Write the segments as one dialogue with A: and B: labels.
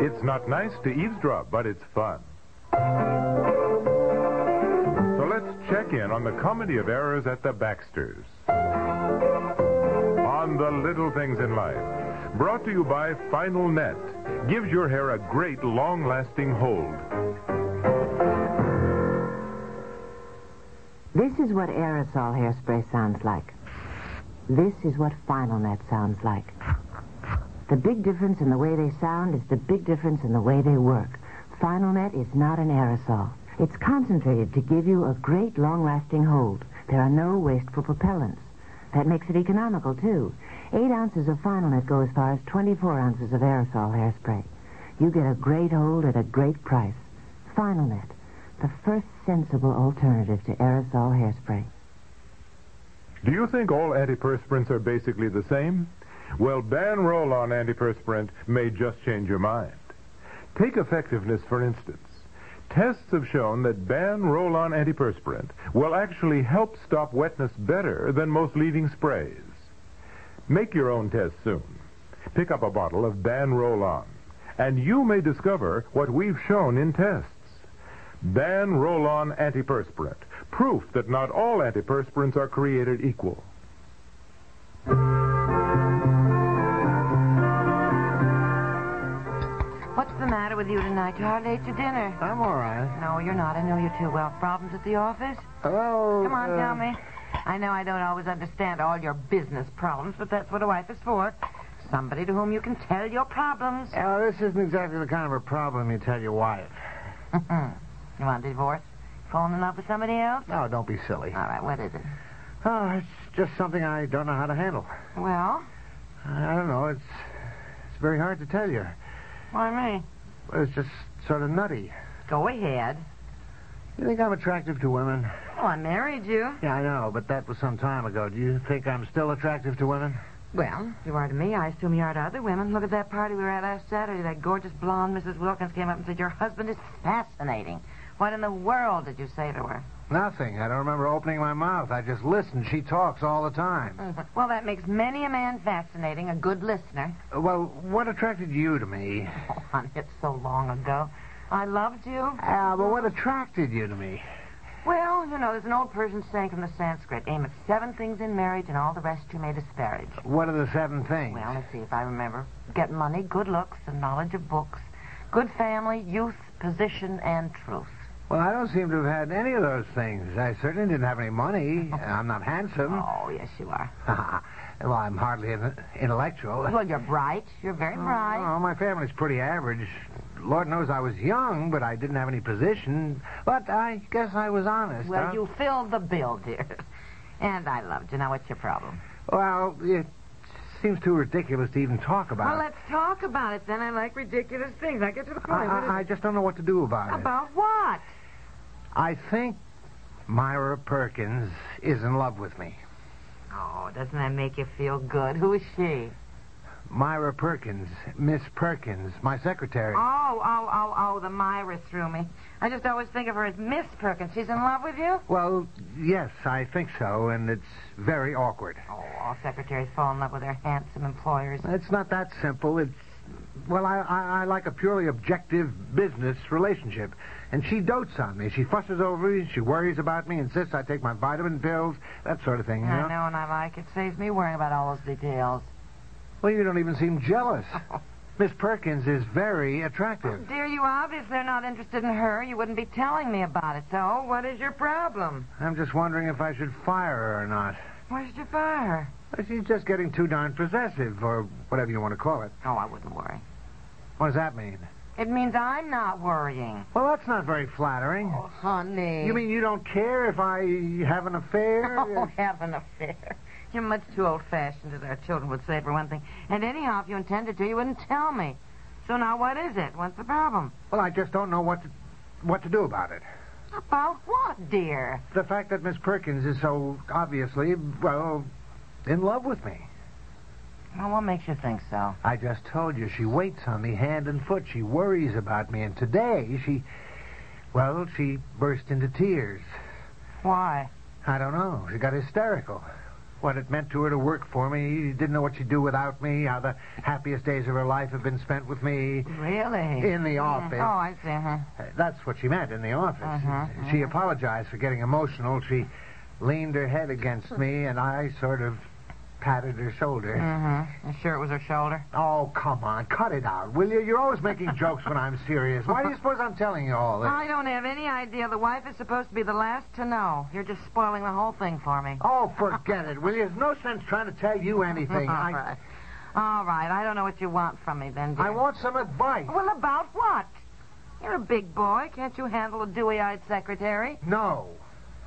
A: It's not nice to eavesdrop, but it's fun. So let's check in on the comedy of errors at the Baxters. On the little things in life. Brought to you by Final Net. Gives your hair a great long lasting hold.
B: This is what aerosol hairspray sounds like. This is what Final Net sounds like. The big difference in the way they sound is the big difference in the way they work. Final Net is not an aerosol. It's concentrated to give you a great long-lasting hold. There are no wasteful propellants. That makes it economical, too. Eight ounces of Final Net go as far as 24 ounces of aerosol hairspray. You get a great hold at a great price. Final Net, the first sensible alternative to aerosol hairspray.
A: Do you think all antiperspirants are basically the same? Well, ban roll on antiperspirant may just change your mind. Take effectiveness, for instance. Tests have shown that ban roll on antiperspirant will actually help stop wetness better than most leading sprays. Make your own test soon. Pick up a bottle of ban roll on, and you may discover what we've shown in tests. Ban roll on antiperspirant, proof that not all antiperspirants are created equal.
B: What's the matter with you tonight? You're hardly ate your dinner.
C: I'm all right.
B: No, you're not. I know you too well. Problems at the office?
C: Well,
B: Come on,
C: uh,
B: tell me. I know I don't always understand all your business problems, but that's what a wife is for. Somebody to whom you can tell your problems.
C: Al, this isn't exactly the kind of a problem you tell your wife.
B: you want a divorce? Falling in love with somebody else?
C: No, don't be silly.
B: All right, what is it?
C: Oh, it's just something I don't know how to handle.
B: Well,
C: I I don't know. It's it's very hard to tell you.
B: why me?
C: It's just sort of nutty.
B: Go ahead.
C: You think I'm attractive to women?
B: Well, I married you.
C: Yeah, I know, but that was some time ago. Do you think I'm still attractive to women?
B: Well, you are to me. I assume you are to other women. Look at that party we were at last Saturday. That gorgeous blonde Mrs. Wilkins came up and said, Your husband is fascinating. What in the world did you say to her?
C: Nothing. I don't remember opening my mouth. I just listened. She talks all the time.
B: Mm-hmm. Well, that makes many a man fascinating, a good listener.
C: Uh, Well, what attracted you to me?
B: Oh, honey, it's so long ago. I loved you.
C: Al, but what attracted you to me?
B: Well, you know, there's an old Persian saying from the Sanskrit aim at seven things in marriage, and all the rest you may disparage.
C: What are the seven things?
B: Well, let's see if I remember. Get money, good looks, and knowledge of books, good family, youth, position, and truth.
C: Well, I don't seem to have had any of those things. I certainly didn't have any money. I'm not handsome.
B: Oh, yes, you are.
C: well, I'm hardly in- intellectual.
B: Oh. Well, you're bright. You're very bright.
C: Oh, my family's pretty average. Lord knows I was young, but I didn't have any position. But I guess I was honest.
B: Well,
C: huh?
B: you filled the bill, dear. And I loved you. Now, what's your problem?
C: Well, it seems too ridiculous to even talk about
B: Well,
C: it.
B: let's talk about it then. I like ridiculous things. I get to the
C: I,
B: point. What is
C: I, I just don't know what to do
B: it?
C: about it.
B: About what?
C: I think Myra Perkins is in love with me.
B: Oh, doesn't that make you feel good? Who is she?
C: Myra Perkins, Miss Perkins, my secretary.
B: Oh, oh, oh, oh, the Myra threw me. I just always think of her as Miss Perkins. She's in love with you?
C: Well, yes, I think so, and it's very awkward.
B: Oh, all secretaries fall in love with their handsome employers.
C: It's not that simple. It's well, I, I, I like a purely objective business relationship, and she dotes on me. She fusses over me, she worries about me, insists I take my vitamin pills, that sort of thing. You
B: I know, and I like it. Saves me worrying about all those details.
C: Well, you don't even seem jealous. Miss Perkins is very attractive.
B: Dear, you obviously are not interested in her. You wouldn't be telling me about it. So, what is your problem?
C: I'm just wondering if I should fire her or not.
B: Why should you fire her?
C: Well, She's just getting too darn possessive, or whatever you want to call it.
B: Oh, I wouldn't worry.
C: What does that mean?
B: It means I'm not worrying.
C: Well, that's not very flattering.
B: Oh, honey.
C: You mean you don't care if I have an affair?
B: Oh, have an affair. You're much too old-fashioned, as our children would say, for one thing. And anyhow, if you intended to, you wouldn't tell me. So now, what is it? What's the problem?
C: Well, I just don't know what to, what to do about it.
B: About what, dear?
C: The fact that Miss Perkins is so obviously, well, in love with me.
B: Well, what makes you think so?
C: I just told you she waits on me hand and foot. She worries about me, and today she, well, she burst into tears.
B: Why?
C: I don't know. She got hysterical. what it meant to her to work for me. Didn't know what she'd do without me. How the happiest days of her life have been spent with me.
B: Really?
C: In the office.
B: Oh, I see. huh?
C: Uh, That's what she meant in the office.
B: Uh-huh,
C: She apologized for getting emotional. She leaned her head against me, and I sort of patted her shoulder.
B: Mm-hmm. You sure it was her shoulder?
C: Oh, come on. Cut it out, will you? You're always making jokes when I'm serious. Why do you suppose I'm telling you all this?
B: I don't have any idea. The wife is supposed to be the last to know. You're just spoiling the whole thing for me.
C: Oh, forget it, will you? There's no sense trying to tell you anything.
B: All
C: I,
B: right. All right. I don't know what you want from me then, dear.
C: I want some advice.
B: Well, about what? You're a big boy. Can't you handle a dewy-eyed secretary?
C: No.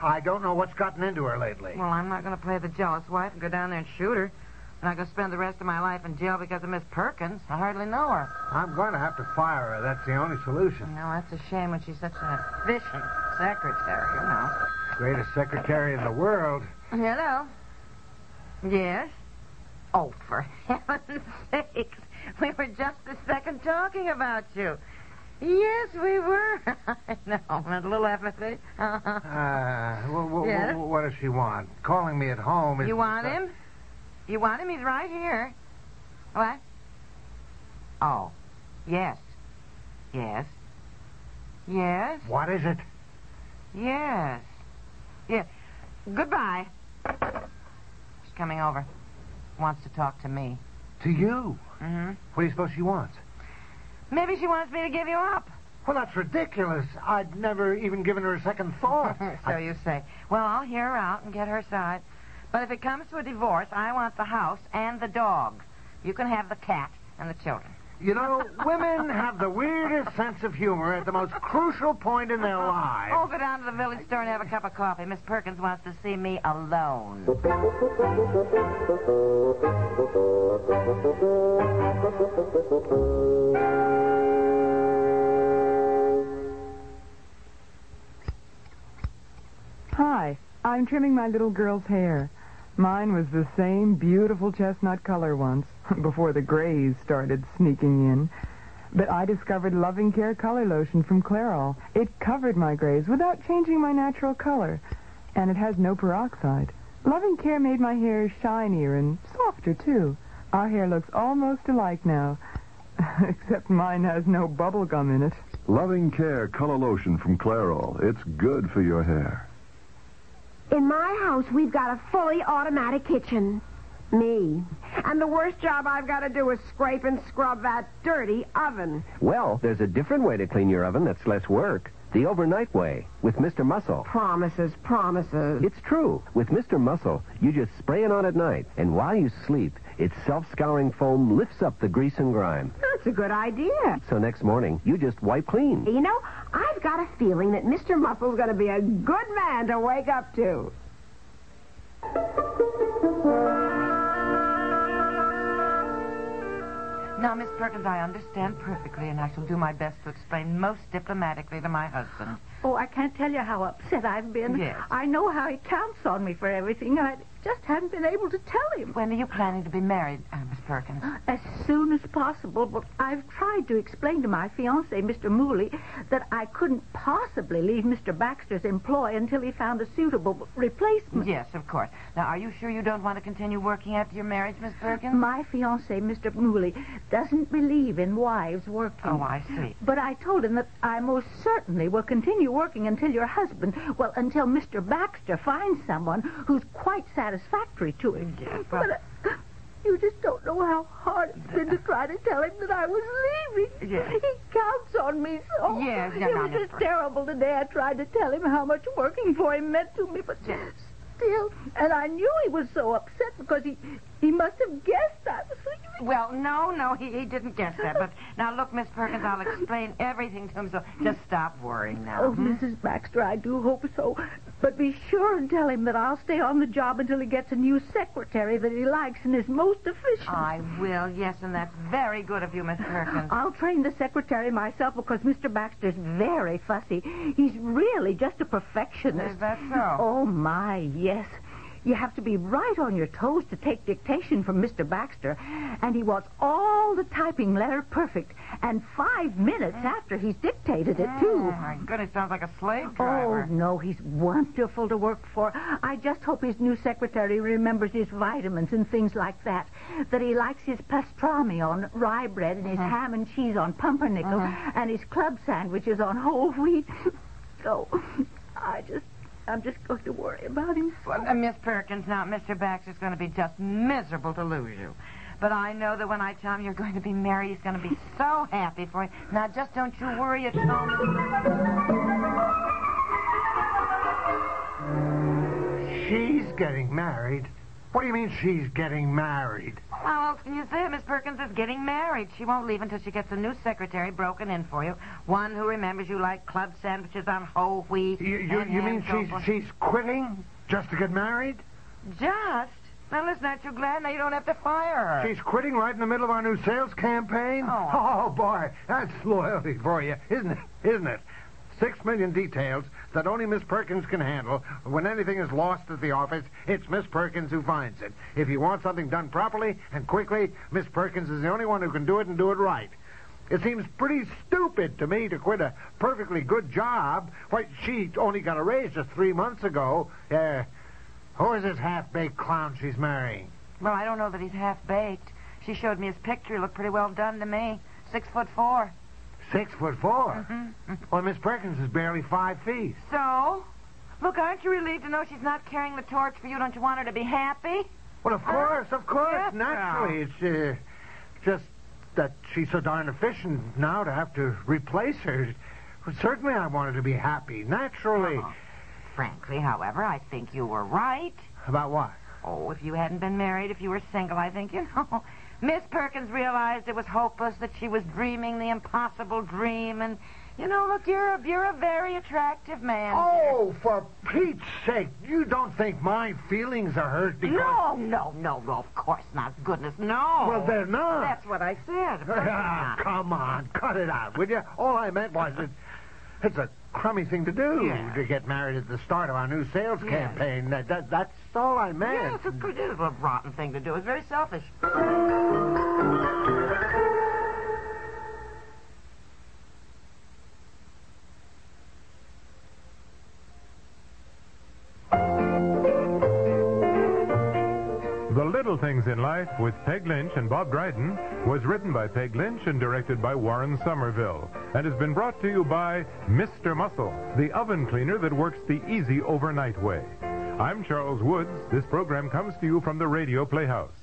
C: I don't know what's gotten into her lately.
B: Well, I'm not going to play the jealous wife and go down there and shoot her. I'm not going to spend the rest of my life in jail because of Miss Perkins. I hardly know her.
C: I'm going to have to fire her. That's the only solution.
B: No, that's a shame when she's such an efficient secretary, you know.
C: Greatest secretary in the world.
B: Hello. Yes. Oh, for heaven's sakes. We were just a second talking about you. Yes, we were. I know. A little apathy.
C: Uh, wh- wh- wh-
B: Yes?
C: what does she want? Calling me at home is.
B: you want him? You want him? He's right here. What? Oh. Yes. Yes. Yes.
C: What is it?
B: Yes. Yes. Goodbye. She's coming over. Wants to talk to me.
C: To you.
B: Mm-hmm.
C: What do you suppose she wants?
B: Maybe she wants me to give you up.
C: Well, that's ridiculous. I'd never even given her a second thought.
B: so
C: I-
B: you say. Well, I'll hear her out and get her side. But if it comes to a divorce, I want the house and the dog. You can have the cat and the children.
C: you know, women have the weirdest sense of humor at the most crucial point in their lives.
B: Oh, go down to the village store and have a cup of coffee. Miss Perkins wants to see me alone.
D: Hi, I'm trimming my little girl's hair. Mine was the same beautiful chestnut color once, before the grays started sneaking in. But I discovered Loving Care Color Lotion from Clairol. It covered my grays without changing my natural color, and it has no peroxide. Loving Care made my hair shinier and softer, too. Our hair looks almost alike now, except mine has no bubble gum in it.
E: Loving Care Color Lotion from Clairol. It's good for your hair.
F: In my house, we've got a fully automatic kitchen. Me. And the worst job I've got to do is scrape and scrub that dirty oven.
G: Well, there's a different way to clean your oven that's less work. The overnight way, with Mr. Muscle.
F: Promises, promises.
G: It's true. With Mr. Muscle, you just spray it on at night, and while you sleep, its self-scouring foam lifts up the grease and grime.
F: That's a good idea.
G: So next morning, you just wipe clean.
F: You know, I've got a feeling that Mr. Muscle's going to be a good man to wake up to.
B: Now, Miss Perkins, I understand perfectly, and I shall do my best to explain most diplomatically to my husband.
H: Oh, I can't tell you how upset I've been.
B: Yes.
H: I know how he counts on me for everything. I just haven't been able to tell him
B: When are you planning to be married, uh, Miss Perkins?
H: as soon as possible. But I've tried to explain to my fiancé, Mr. Mooley, that I couldn't possibly leave Mr. Baxter's employ until he found a suitable replacement.
B: Yes, of course. Now, are you sure you don't want to continue working after your marriage, Miss Perkins?
H: My fiancé, Mr. Mooley, doesn't believe in wives working.
B: Oh, I see.
H: But I told him that I most certainly will continue working until your husband, well, until Mr. Baxter finds someone who's quite satisfactory to him.
B: Yes, well-
H: But uh, you just don't know how hard it's been to try to tell him that I was leaving.
B: Yes.
H: He counts on me so.
B: Yes,
H: it
B: no, no,
H: was
B: Miss
H: just
B: Perkins.
H: terrible today. I tried to tell him how much working for him meant to me, but still, and I knew he was so upset because he he must have guessed I was leaving.
B: Well, no, no, he, he didn't guess that. But now, look, Miss Perkins, I'll explain everything to him, so just stop worrying now.
H: Oh,
B: hmm?
H: Mrs. Baxter, I do hope so. But be sure and tell him that I'll stay on the job until he gets a new secretary that he likes and is most efficient.
B: I will, yes, and that's very good of you, Miss Perkins.
H: I'll train the secretary myself because Mr. Baxter's very fussy. He's really just a perfectionist.
B: Is that so?
H: Oh, my, yes. You have to be right on your toes to take dictation from Mr. Baxter, and he wants all the typing letter perfect, and five minutes after he's dictated it, too.
B: Oh, my goodness, sounds like a slave
H: Oh,
B: driver.
H: no, he's wonderful to work for. I just hope his new secretary remembers his vitamins and things like that. That he likes his pastrami on rye bread and his ham and cheese on pumpernickel and his club sandwiches on whole wheat. So, I just, I'm just going to worry about him.
B: Well, uh, Miss Perkins, now, Mr. Baxter's going to be just miserable to lose you. But I know that when I tell him you're going to be married, he's going to be so happy for you. Now, just don't you worry at all.
C: She's getting married. What do you mean she's getting married?
B: How else can you say it? Miss Perkins is getting married. She won't leave until she gets a new secretary broken in for you. One who remembers you like club sandwiches on whole wheat.
C: You, you,
B: and
C: you
B: ham
C: mean she's,
B: sofa.
C: she's quitting just to get married?
B: Just? Now, listen, aren't you glad? Now, you don't have to fire her.
C: She's quitting right in the middle of our new sales campaign?
B: Oh.
C: Oh, boy, that's loyalty for you, isn't it? Isn't it? Six million details that only Miss Perkins can handle. When anything is lost at the office, it's Miss Perkins who finds it. If you want something done properly and quickly, Miss Perkins is the only one who can do it and do it right. It seems pretty stupid to me to quit a perfectly good job. Why, she only got a raise just three months ago. Uh, who is this half-baked clown she's marrying?
B: Well, I don't know that he's half baked. She showed me his picture. He looked pretty well done to me. Six foot four.
C: Six foot 4
B: Mm-hmm.
C: Well, Miss Perkins is barely five feet.
B: So? Look, aren't you relieved to know she's not carrying the torch for you? Don't you want her to be happy?
C: Well, of course, of course,
B: yes,
C: naturally. It's uh, just that she's so darn efficient now to have to replace her. Well, certainly, I want her to be happy, naturally.
B: Oh. Frankly, however, I think you were right.
C: About what?
B: Oh, if you hadn't been married, if you were single, I think you know. Miss Perkins realized it was hopeless, that she was dreaming the impossible dream, and you know, look, you're a you're a very attractive man.
C: Oh, for Pete's sake, you don't think my feelings are hurt because.
B: no, no, no, no, of course not. Goodness, no.
C: Well, they're not.
B: That's what I said. Of course
C: Ah,
B: not.
C: come on, cut it out, would you? All I meant was that it's a crummy thing to do
B: Yeah.
C: to get married at the start of our new sales
B: Yes.
C: campaign. That, that, that's all I meant.
B: Yes, of course, it is a rotten thing to do. It's very selfish.
A: The Little Things in Life with Peg Lynch and Bob Dryden was written by Peg Lynch and directed by Warren Somerville and has been brought to you by Mr. Muscle, the oven cleaner that works the easy overnight way. I'm Charles Woods. This program comes to you from the Radio Playhouse.